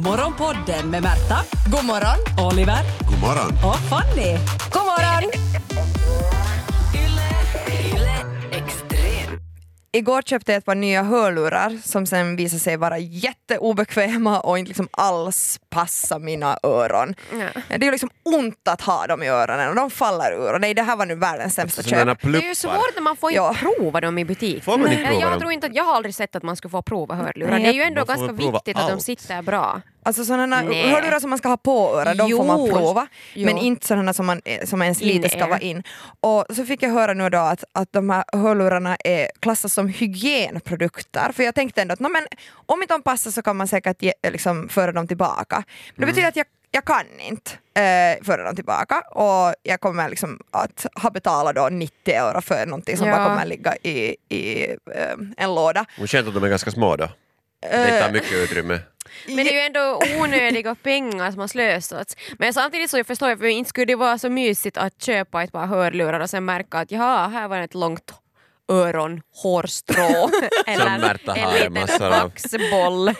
Morgonpodden med Märta, God morgon! Oliver God morgon. och Fanny. God morgon! Igår köpte jag ett par nya hörlurar som sen visade sig vara jätteobekväma och inte liksom alls passa mina öron. Det är ju liksom ont att ha dem i öronen och de faller ur. Och nej, det här var nu världens sämsta köp. Sådana pluppar. Det är ju svårt när man får inte Ja. prova dem i butik. Får man inte prova jag dem? tror inte att, jag har aldrig sett att man ska få prova hörlurar. Nej, Det är ju ändå man får ganska väl prova viktigt att de allt. sitter bra. Alltså sådana Nej. hörlurar som man ska ha på örat, de får man Jo. prova. Jo. Men inte sådana som, man, eh, som ens lite ska In-ear. vara in. Och så fick jag höra nu då att, att de här hörlurarna är klassas som hygienprodukter. För jag tänkte ändå att "Nå, men, om inte de passar så kan man säkert ge, eh, liksom, föra dem tillbaka. Men Mm. det betyder att jag, jag kan inte eh, föra dem tillbaka och jag kommer liksom att ha betalat då 90 euro för någonting som Ja. bara kommer ligga i, i eh, en låda. Och skönt att de är ganska små Eh, då. Det tar mycket utrymme. Men det är ju ändå onödiga pengar som har slösats. Men samtidigt så jag förstår jag, för inte skulle det vara så mysigt att köpa ett par hörlurar och sen märka att jaha, här var ett långt öronhårstrå. Märta har en massor liten av. vaxboll.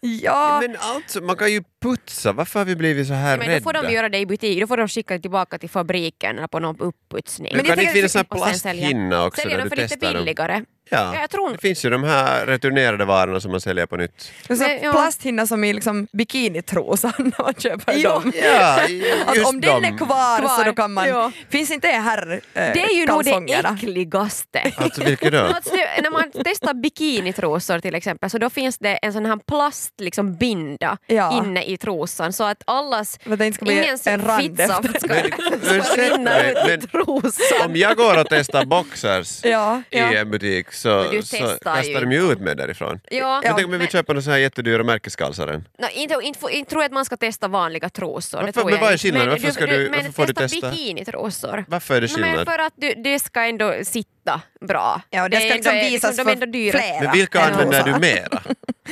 Ja, Men alltså, man kan ju putsa. Varför har vi blivit så här Men då rädda? får de göra det i butik, då får de skicka det tillbaka till fabriken eller på någon upputsning. Men kan det inte finnas sån här Och sen sälja. plasthinna också Säljer där de för du lite testar dem? billigare. Ja, Ja. jag tror Det finns ju de här returnerade varorna som man säljer på nytt. Det är så Nej, ja. plasthinna som är liksom bikinitrosan när man köper Jo. dem. Ja, just Att om den dem. är kvar, så Kvar, då kan man... ja. Finns inte det här eh, Det är ju nog det kalsongerna? äckligaste. Alltså vilket då? Alltså, det- när man testar bikinitrosor till exempel så då finns det en sån här plast liksom binda Ja. inne i trosan så att allas, För att det inte ska bli ingens en rand fittsaft ska Men, ursäkta rinna mig, ut i men om trosan. jag går och testar boxers Ja, i ja. en butik så, du så testar ju kastar de ju ut mig därifrån. Ja, Men tänk om jag vill köpa någon sån här jättedyra märkeskalsaren. no, inte, inte, får- inte tror jag att man ska testa vanliga trosor. det Varför- tror men jag vad är inte. skillnaden? Men Varför ska du- varför men får du testa? testa? bikinitrosor. Varför är det No, men skillnad? för att du, det ska ändå sitta bra. Ja, det, ska är ändå- liksom är- visas de är ändå för dyra. flera. Men vilka än använder trosan. du mera?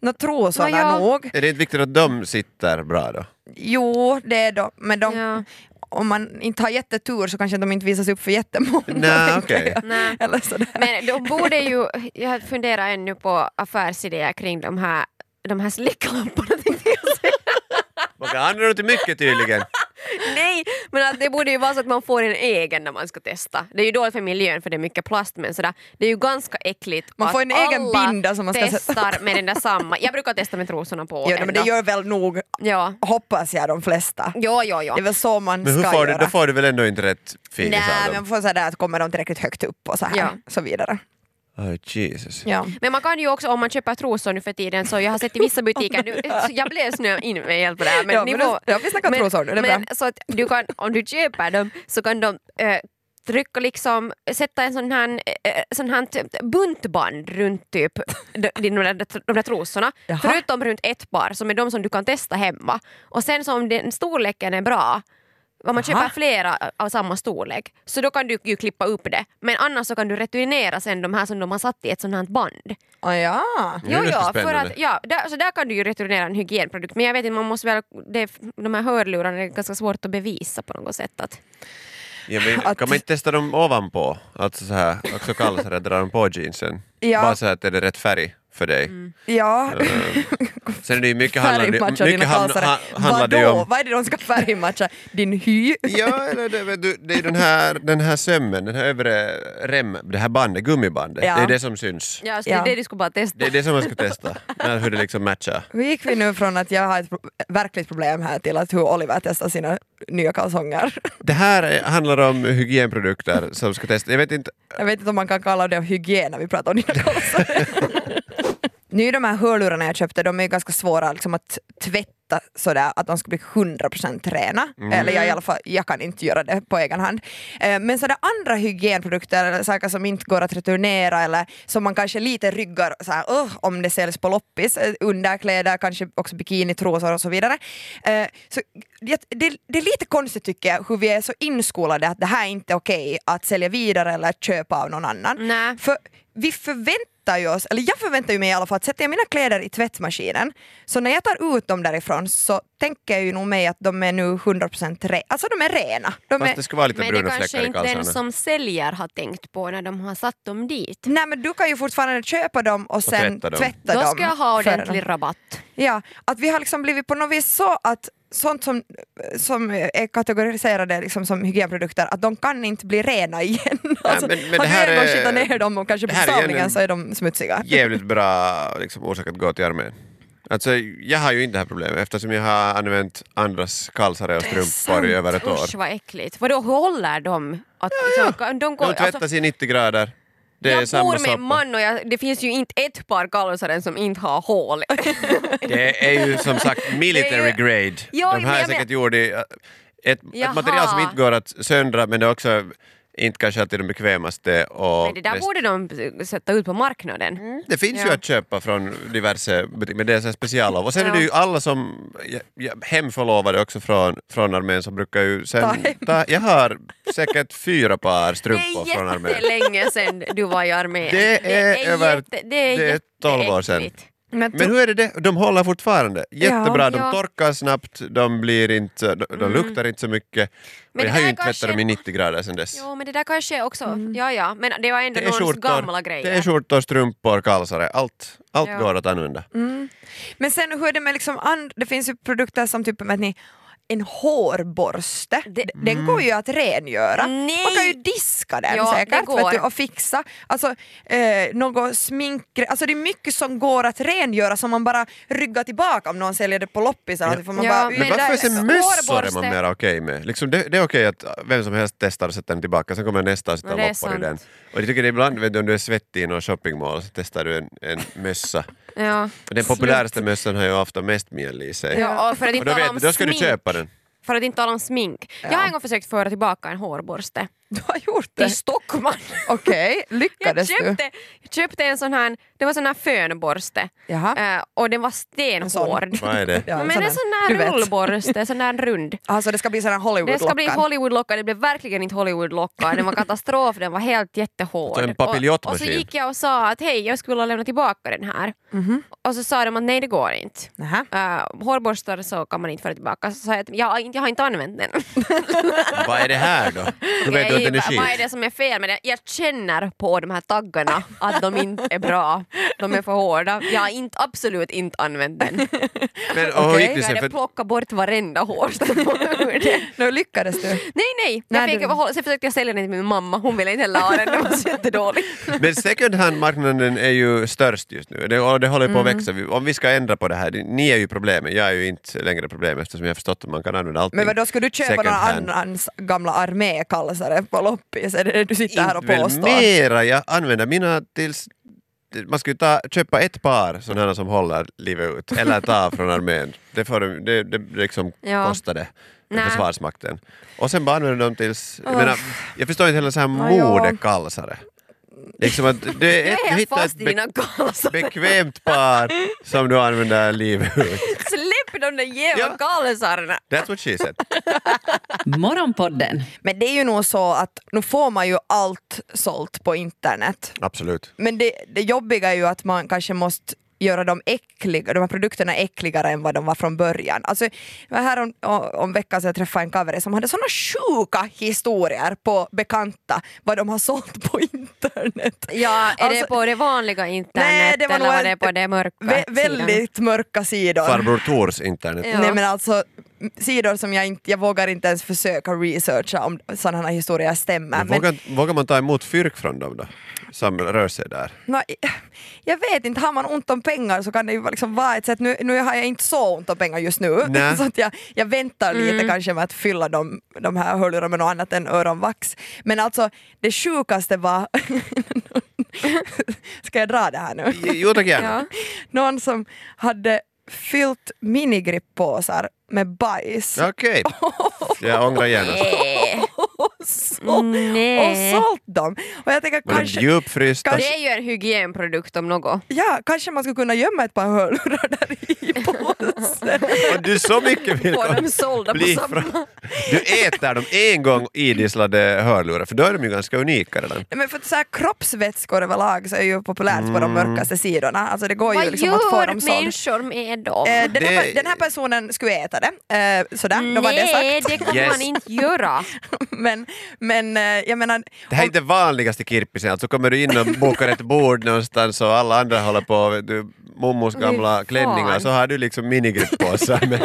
Nå, trosorna Nå, ja. nog. Är det inte viktigt att de sitter bra då? Jo, det är de. Men de, Ja. om man inte har jättetur så kanske de inte visas upp för jättemånga. Nej, tänker okej. jag. Nej. Eller sådär. Men de borde ju, jag funderar ännu på affärsidéer kring de här, de här släcklamporna tänkte jag säga. Man kan använda dem till mycket tydligen. Nej, men att det borde ju vara så att man får en egen när man ska testa. Det är ju dåligt för miljön för det är mycket plast men sådär, det är ju ganska äckligt Man att får en egen alla binda som man ska sätta- testar med den där samma. Jag brukar testa med trosorna på Ja, ändå. men det gör väl nog, Ja, hoppas jag, de flesta. ja, ja. ja. Det är väl så man Men hur ska får du, göra. då får du väl ändå inte rätt feeling Nej, av men dem? får sådär att kommer de tillräckligt högt upp och så här Ja. så vidare. Oh, Jesus. Ja. Men man kan ju också om man köper trosor nu för tiden så jag har sett i vissa butiker, nu, så jag blev snö in mig helt på det här. Men Ja, ni men det- får- ja, vi snackar men- trosor nu, det är men, bra. så att du kan, om du köper dem så kan de eh, trycka liksom, sätta en sån här, eh, sån här typ buntband runt typ de, de, de, där- de där trosorna. Jaha. Förutom runt ett par som är de som du kan testa hemma. Och sen så om den storleken är bra om man Jaha. köper flera av samma storlek så då kan du ju klippa upp det. Men annars så kan du returnera sen de här som de har satt i ett sånt här band. Ah, ja. Det är Jo, ganska ja, för spännande. att, ja där, så där kan du ju returnera en hygienprodukt men jag vet inte, man måste väl, det, är- de här hörlurarna är ganska svårt att bevisa på något sätt. Att, Ja, men, Att- Kan man inte testa dem ovanpå? Alltså så här, också kalsare, dra dem på jeansen. Ja. Mm. Bara så här att är det rätt färg för dig. Ja. Eh, Sen är det ju mycket handlar Färgmatcha det, dina mycket han, kalsare. han, handlar det ju Vadå? om... Vad är det de ska färgmatcha? Din hy? Ja, eller det, men du, det är ju den här, den här sömmen, den här övre rem, det här bandet, gummibandet. Ja. Det är det som syns. ja, så Ja. Det är det du skulle bara testa. Det är det som man ska testa, när, hur det liksom matchar. Hur gick vi nu från att jag har ett pro- verkligt problem här till att hur Oliver testar sina nya kalsonger? Det här är- handlar om hygienprodukter som ska testas. Jag vet inte, Jag vet inte om man kan kalla det hygien när vi pratar om dina kalsonger. nu är de här hörlurarna jag köpte, de är ju ganska svåra liksom, att tvätta sådär att de ska bli 100% rena. Eller jag i alla fall, jag kan inte göra det på egen hand. Eh, Men sådär andra hygienprodukter eller saker som inte går att returnera eller som man kanske lite ryggar såhär, "Ugh", om det säljs på loppis, eh, underkläder, kanske också bikinitrosor och så vidare. Eh, Så det, det, det är lite konstigt tycker jag hur vi är så inskolade att det här är inte okej att sälja vidare eller att köpa av någon annan. Nej. För vi förväntar ju oss, eller jag förväntar ju mig i alla fall att sätter jag mina kläder i tvättmaskinen så när jag tar ut dem därifrån så tänker jag ju nog mig att de är nu 100% rena, alltså de är rena. De fast är, det ska vara lite Men det bruna kanske fläckar i inte den kalsarna. som säljer har tänkt på när de har satt dem dit. nej men du kan ju fortfarande köpa dem och sen tvätta tvätta dem. dem. Då ska jag ha för- ordentlig rabatt. Ja, att vi har liksom blivit på något vis så att sånt som, som är kategoriserade liksom som hygienprodukter, att de kan inte bli rena igen. Alltså, men- men har du det här en gång är- skitat ner dem och kanske det här är besamlingen en- så är de smutsiga. Jävligt bra liksom, orsak att gå till armén. Alltså, jag har ju inte det här problemet eftersom jag har använt andras kalsare och strumpor i över ett år. Usch vad äckligt. Vadå håller de? Att, liksom, de går, De alltså, tvättas i 90 grader. Det är jag samma bor med en soppa. man och jag, det finns ju inte ett par kalsare som inte har hål. Det är ju som sagt military Det grade. Jo, De men här är jag säkert men- gjorda i äh, ett, ett Jaha. material som inte går att söndra men det är också inte kanske alltid de bekvämaste. Och Men det där mest- borde de sätta ut på marknaden. Det finns ju Ja. att köpa från diverse butiker, men det är så här speciallov. Och sen är Ja. det ju alla som, ja, ja, hemförlovade också från, från armén som brukar ju sen Ta hem. ta, Jag har säkert fyra par Det strumpor är från armén. jättelänge sedan du var i armén. Det är över- jätte- det är det är 12 år sedan. jätteäckligt. Men, Men hur är det det? De håller fortfarande. Jättebra, de Ja. Mm. torkar snabbt, de, blir inte, de, de luktar inte så mycket. Men Men jag det har ju där inte tvättat kanske- dem i 90 grader sedan dess. Jo men det där kanske också, ja ja, men det var ändå Det är någons gamla skjortor, grejer. det är skjortor, strumpor, kalsare. Allt, allt Ja. går att använda. men sen hur är det med liksom, and, det finns ju produkter som typ med att ni, en hårborste, den går ju att rengöra. Nej. Man kan ju diska den Ja, det säkert går. vet du, och fixa. Alltså, eh, något smink, alltså det är mycket som går att rengöra som man bara ryggar tillbaka om någon säljer det på loppis. Eller Ja. något, för man Ja. bara, Men Men "Ui, varför där är sen så- mössor är hårborste. man mer okej med? Liksom det, det är okej att vem som helst testar och sätter den tillbaka, sen kommer nästa och sätter Ja, det är loppor i sant. den. Och jag tycker det är ibland, vet du, om du är svettig i någon shoppingmall så testar du en, en mössa. Ja. Och den populäraste mössan har ju ofta mest mjäll i sig. Ja, och för att Och inte då, tala vet, om då ska du smink. köpa den. För att inte tala om smink. Jag har en gång försökt föra tillbaka en hårborste Du har gjort det? till Stockman. Okej, Jag lyckades du? köpte, jag köpte en sån här, det var sån här fönborste Jaha. Eh, och den var sån. stenhård. Vad är det? Ja, Men en sån Du här vet. rullborste, sån där rund. Alltså det ska bli sån här Den Hollywood-lockan. ska bli Hollywoodlockad, det blev verkligen inte Hollywoodlockad. Den var katastrof, den var helt jättehård. Så en och, papiljottmaskin. och så gick jag och sa att hej, jag skulle vilja lämna tillbaka den här. Mhm. Och så sa de att nej, det går inte. Nähä. Uh, hårborstar så kan man inte föra tillbaka. Så sa jag att jag, har inte- jag har inte använt den. Vad är det här då? Då vet du att den är Jag- Vad är skit. det som är fel med det? Jag känner på de här taggarna att de inte är bra. De är för hårda. Jag har inte, absolut inte använt den. Men och hur Okej, gick det Jag sen? hade För, plockat bort varenda hårstrå ur den. Nu lyckades du. Nej, nej. Nej, jag fick, du- hålla- Sen försökte jag sälja den till min mamma, hon ville inte heller ha den. Det var så jättedåligt. men second hand-marknaden är ju störst just nu det, och det håller Mm. på att växa. Vi- Om vi ska ändra på det här, ni är ju problemet, jag är ju inte längre problemet eftersom jag har förstått att man kan använda allting Men vadå, ska du köpa någon second hand. annans gamla armékalsare på loppis? Är det det du sitter här och Inte väl påstår? mera, jag använder mina tills... Man ska ju ta, köpa ett par sådana här som håller livet ut, eller ta från armén. Det, får, de- det, det liksom Ja. kostade Nä. Försvarsmakten. Och sen bara använder de tills... Jag, Uff. menar, jag förstår inte heller så här Aj, ja. modekalsare. Liksom att det Du är ett, är du helt hittar ett fast i be, dina kalsar. bekvämt par som du använder livet ut. Släpp de där Ja. jävla kalsarna! That's what she said. Morgonpodden Men det är ju nog så att nu får man ju allt sålt på internet. Absolut. Men det, det jobbiga är ju att man kanske måste göra de, äckliga, de här produkterna äckligare än vad de var från början. Alltså, jag var här om, om veckan så jag träffade en kavare som hade såna sjuka historier på bekanta vad de har sålt på internet. Ja, är Alltså, det på det vanliga internet Nej, det var eller nog var en- det på det mörka? Vä- sidan? väldigt mörka sidor. Farbror Tors internet. Ja. Nej men alltså m- sidor som jag inte, jag vågar inte ens försöka researcha om sådana här historier stämmer. Men Men, vågar, vågar man ta emot fyrk från dem då? Som rör sig där? nå, i- jag vet inte, har man ont om pengar så kan det ju liksom vara ett sätt, nu, nu har jag inte så ont om pengar just nu, Nej. så att jag, jag väntar lite kanske med att fylla de, de här hörlurarna med något annat än öronvax. Men alltså det sjukaste var, ska jag dra det här nu? Jo tack gärna. Ja. Någon som hade fyllt minigrippåsar med bajs. Okej. Jag ångrar gärna. Nej. Mm, Så- och Nej. sålt dem. Och jag tänker Men kanske, djupfrysta. Det är ju en hygienprodukt om något. ja, kanske man skulle kunna gömma ett par hörlurar där i påsen. Och du så mycket vill Får komma- de sålda på bli samma? från... Du äter dem en gång idisslade hörlurar, för då är de ju ganska unika redan. Nej, Men för att så här, kroppsvätskor överlag så är ju populärt på Mm. de mörkaste sidorna. Alltså det går ju Vad liksom att få gör dem sålda. människor med dem? Eh, den, här, Det- pe- den här personen skulle äta det, eh, sådär, då var det Nej, sagt. det kan Yes. man inte göra. Men, men eh, jag menar, Det här är inte vanligaste kirpisen, alltså kommer du in och bokar ett bord någonstans och alla andra håller på och du mommos gamla Fy klänningar fan. så har du liksom minigrippåsar med,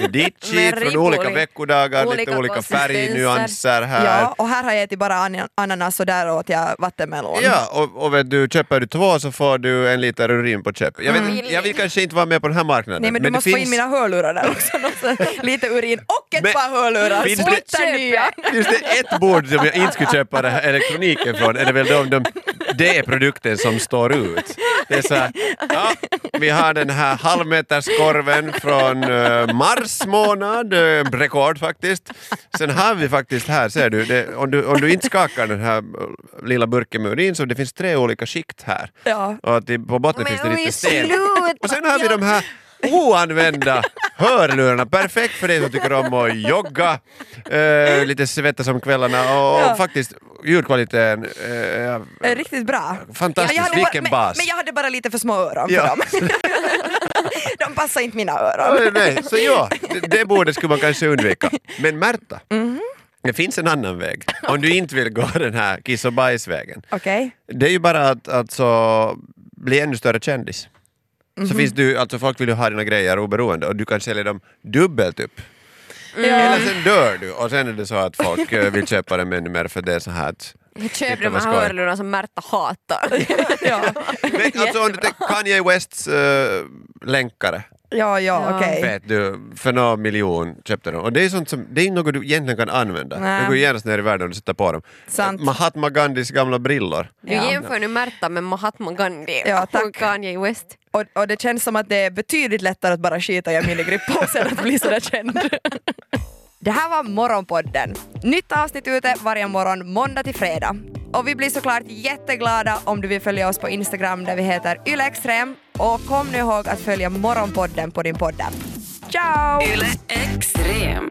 med ditt Med shit från olika ripor i- veckodagar, lite olika olika konsistenser. färgnyanser här. Ja, och här har jag ätit bara an- ananas och där åt jag vattenmelon. Ja, och, och vet du, köper du två så får du en liten urin på köpet. Jag, vet, Mm. jag vill kanske inte vara med på den här marknaden. Nej men du det måste få in mina hörlurar där också. Någonstans. Lite urin och ett Men- par hörlurar. Finns det- Splitter nya. Just det, ett bord som jag inte skulle köpa den här elektroniken från är det väl de, de, det är produkten som står ut. Det är så här, ja, vi har den här halvmeterskorven från eh, mars månad, eh, rekord faktiskt. Sen har vi faktiskt här, ser du, det, om du, om du inte skakar den här eh, lilla burken med urin så det finns tre olika skikt här. Ja. Och att det, på botten finns det lite sten. sluta! Och sen har vi de här oanvända hörlurarna. Perfekt för dig som tycker om att jogga, eh, lite svettas om kvällarna och, och faktiskt ljudkvaliteten. Eh, Eh, Riktigt bra. Fantastiskt, jag hade vilken bara, bas. Men, men jag hade bara lite för små öron för Ja. dem. De passar inte mina öron. oj, nej, så ja, det, det bordet skulle man kanske undvika. Men Märta, det finns en annan väg om du inte vill gå den här kiss och bajsvägen. Okej. Det är ju bara att alltså, bli ännu större kändis. Så Mhm. finns du, alltså folk vill ju ha dina grejer oberoende och du kan sälja dem dubbelt upp. Mm. Eller sen dör du och sen är det så att folk eh, vill köpa dem ännu mer för det är så här att... Jag Tyckte köper det de var här skoj. hörlurarna som Märta hatar. Ja, Men alltså om du tänker Kanye Wests eh, länkare, ja, ja Ja. okej. vet du, för någon miljon köpte de. Och det är sånt som, det är något du egentligen kan använda. Nej. Det går ju genast ner i världen om du sätter på dem. Eh, Sant. Mahatma Gandhis gamla brillor. Du Ja. jämför nu Märta med Mahatma Gandhi Ja, tack. och Kanye West. Och, och det känns som att det är betydligt lättare att bara skita i en minigrippåse än att bli sådär känd. Det här var Morgonpodden. Nytt avsnitt ute varje morgon måndag till fredag. Och vi blir såklart jätteglada om du vill följa oss på Instagram där vi heter ylextrem. Och kom nu ihåg att följa Morgonpodden på din poddapp. Ciao! Yle Extrem.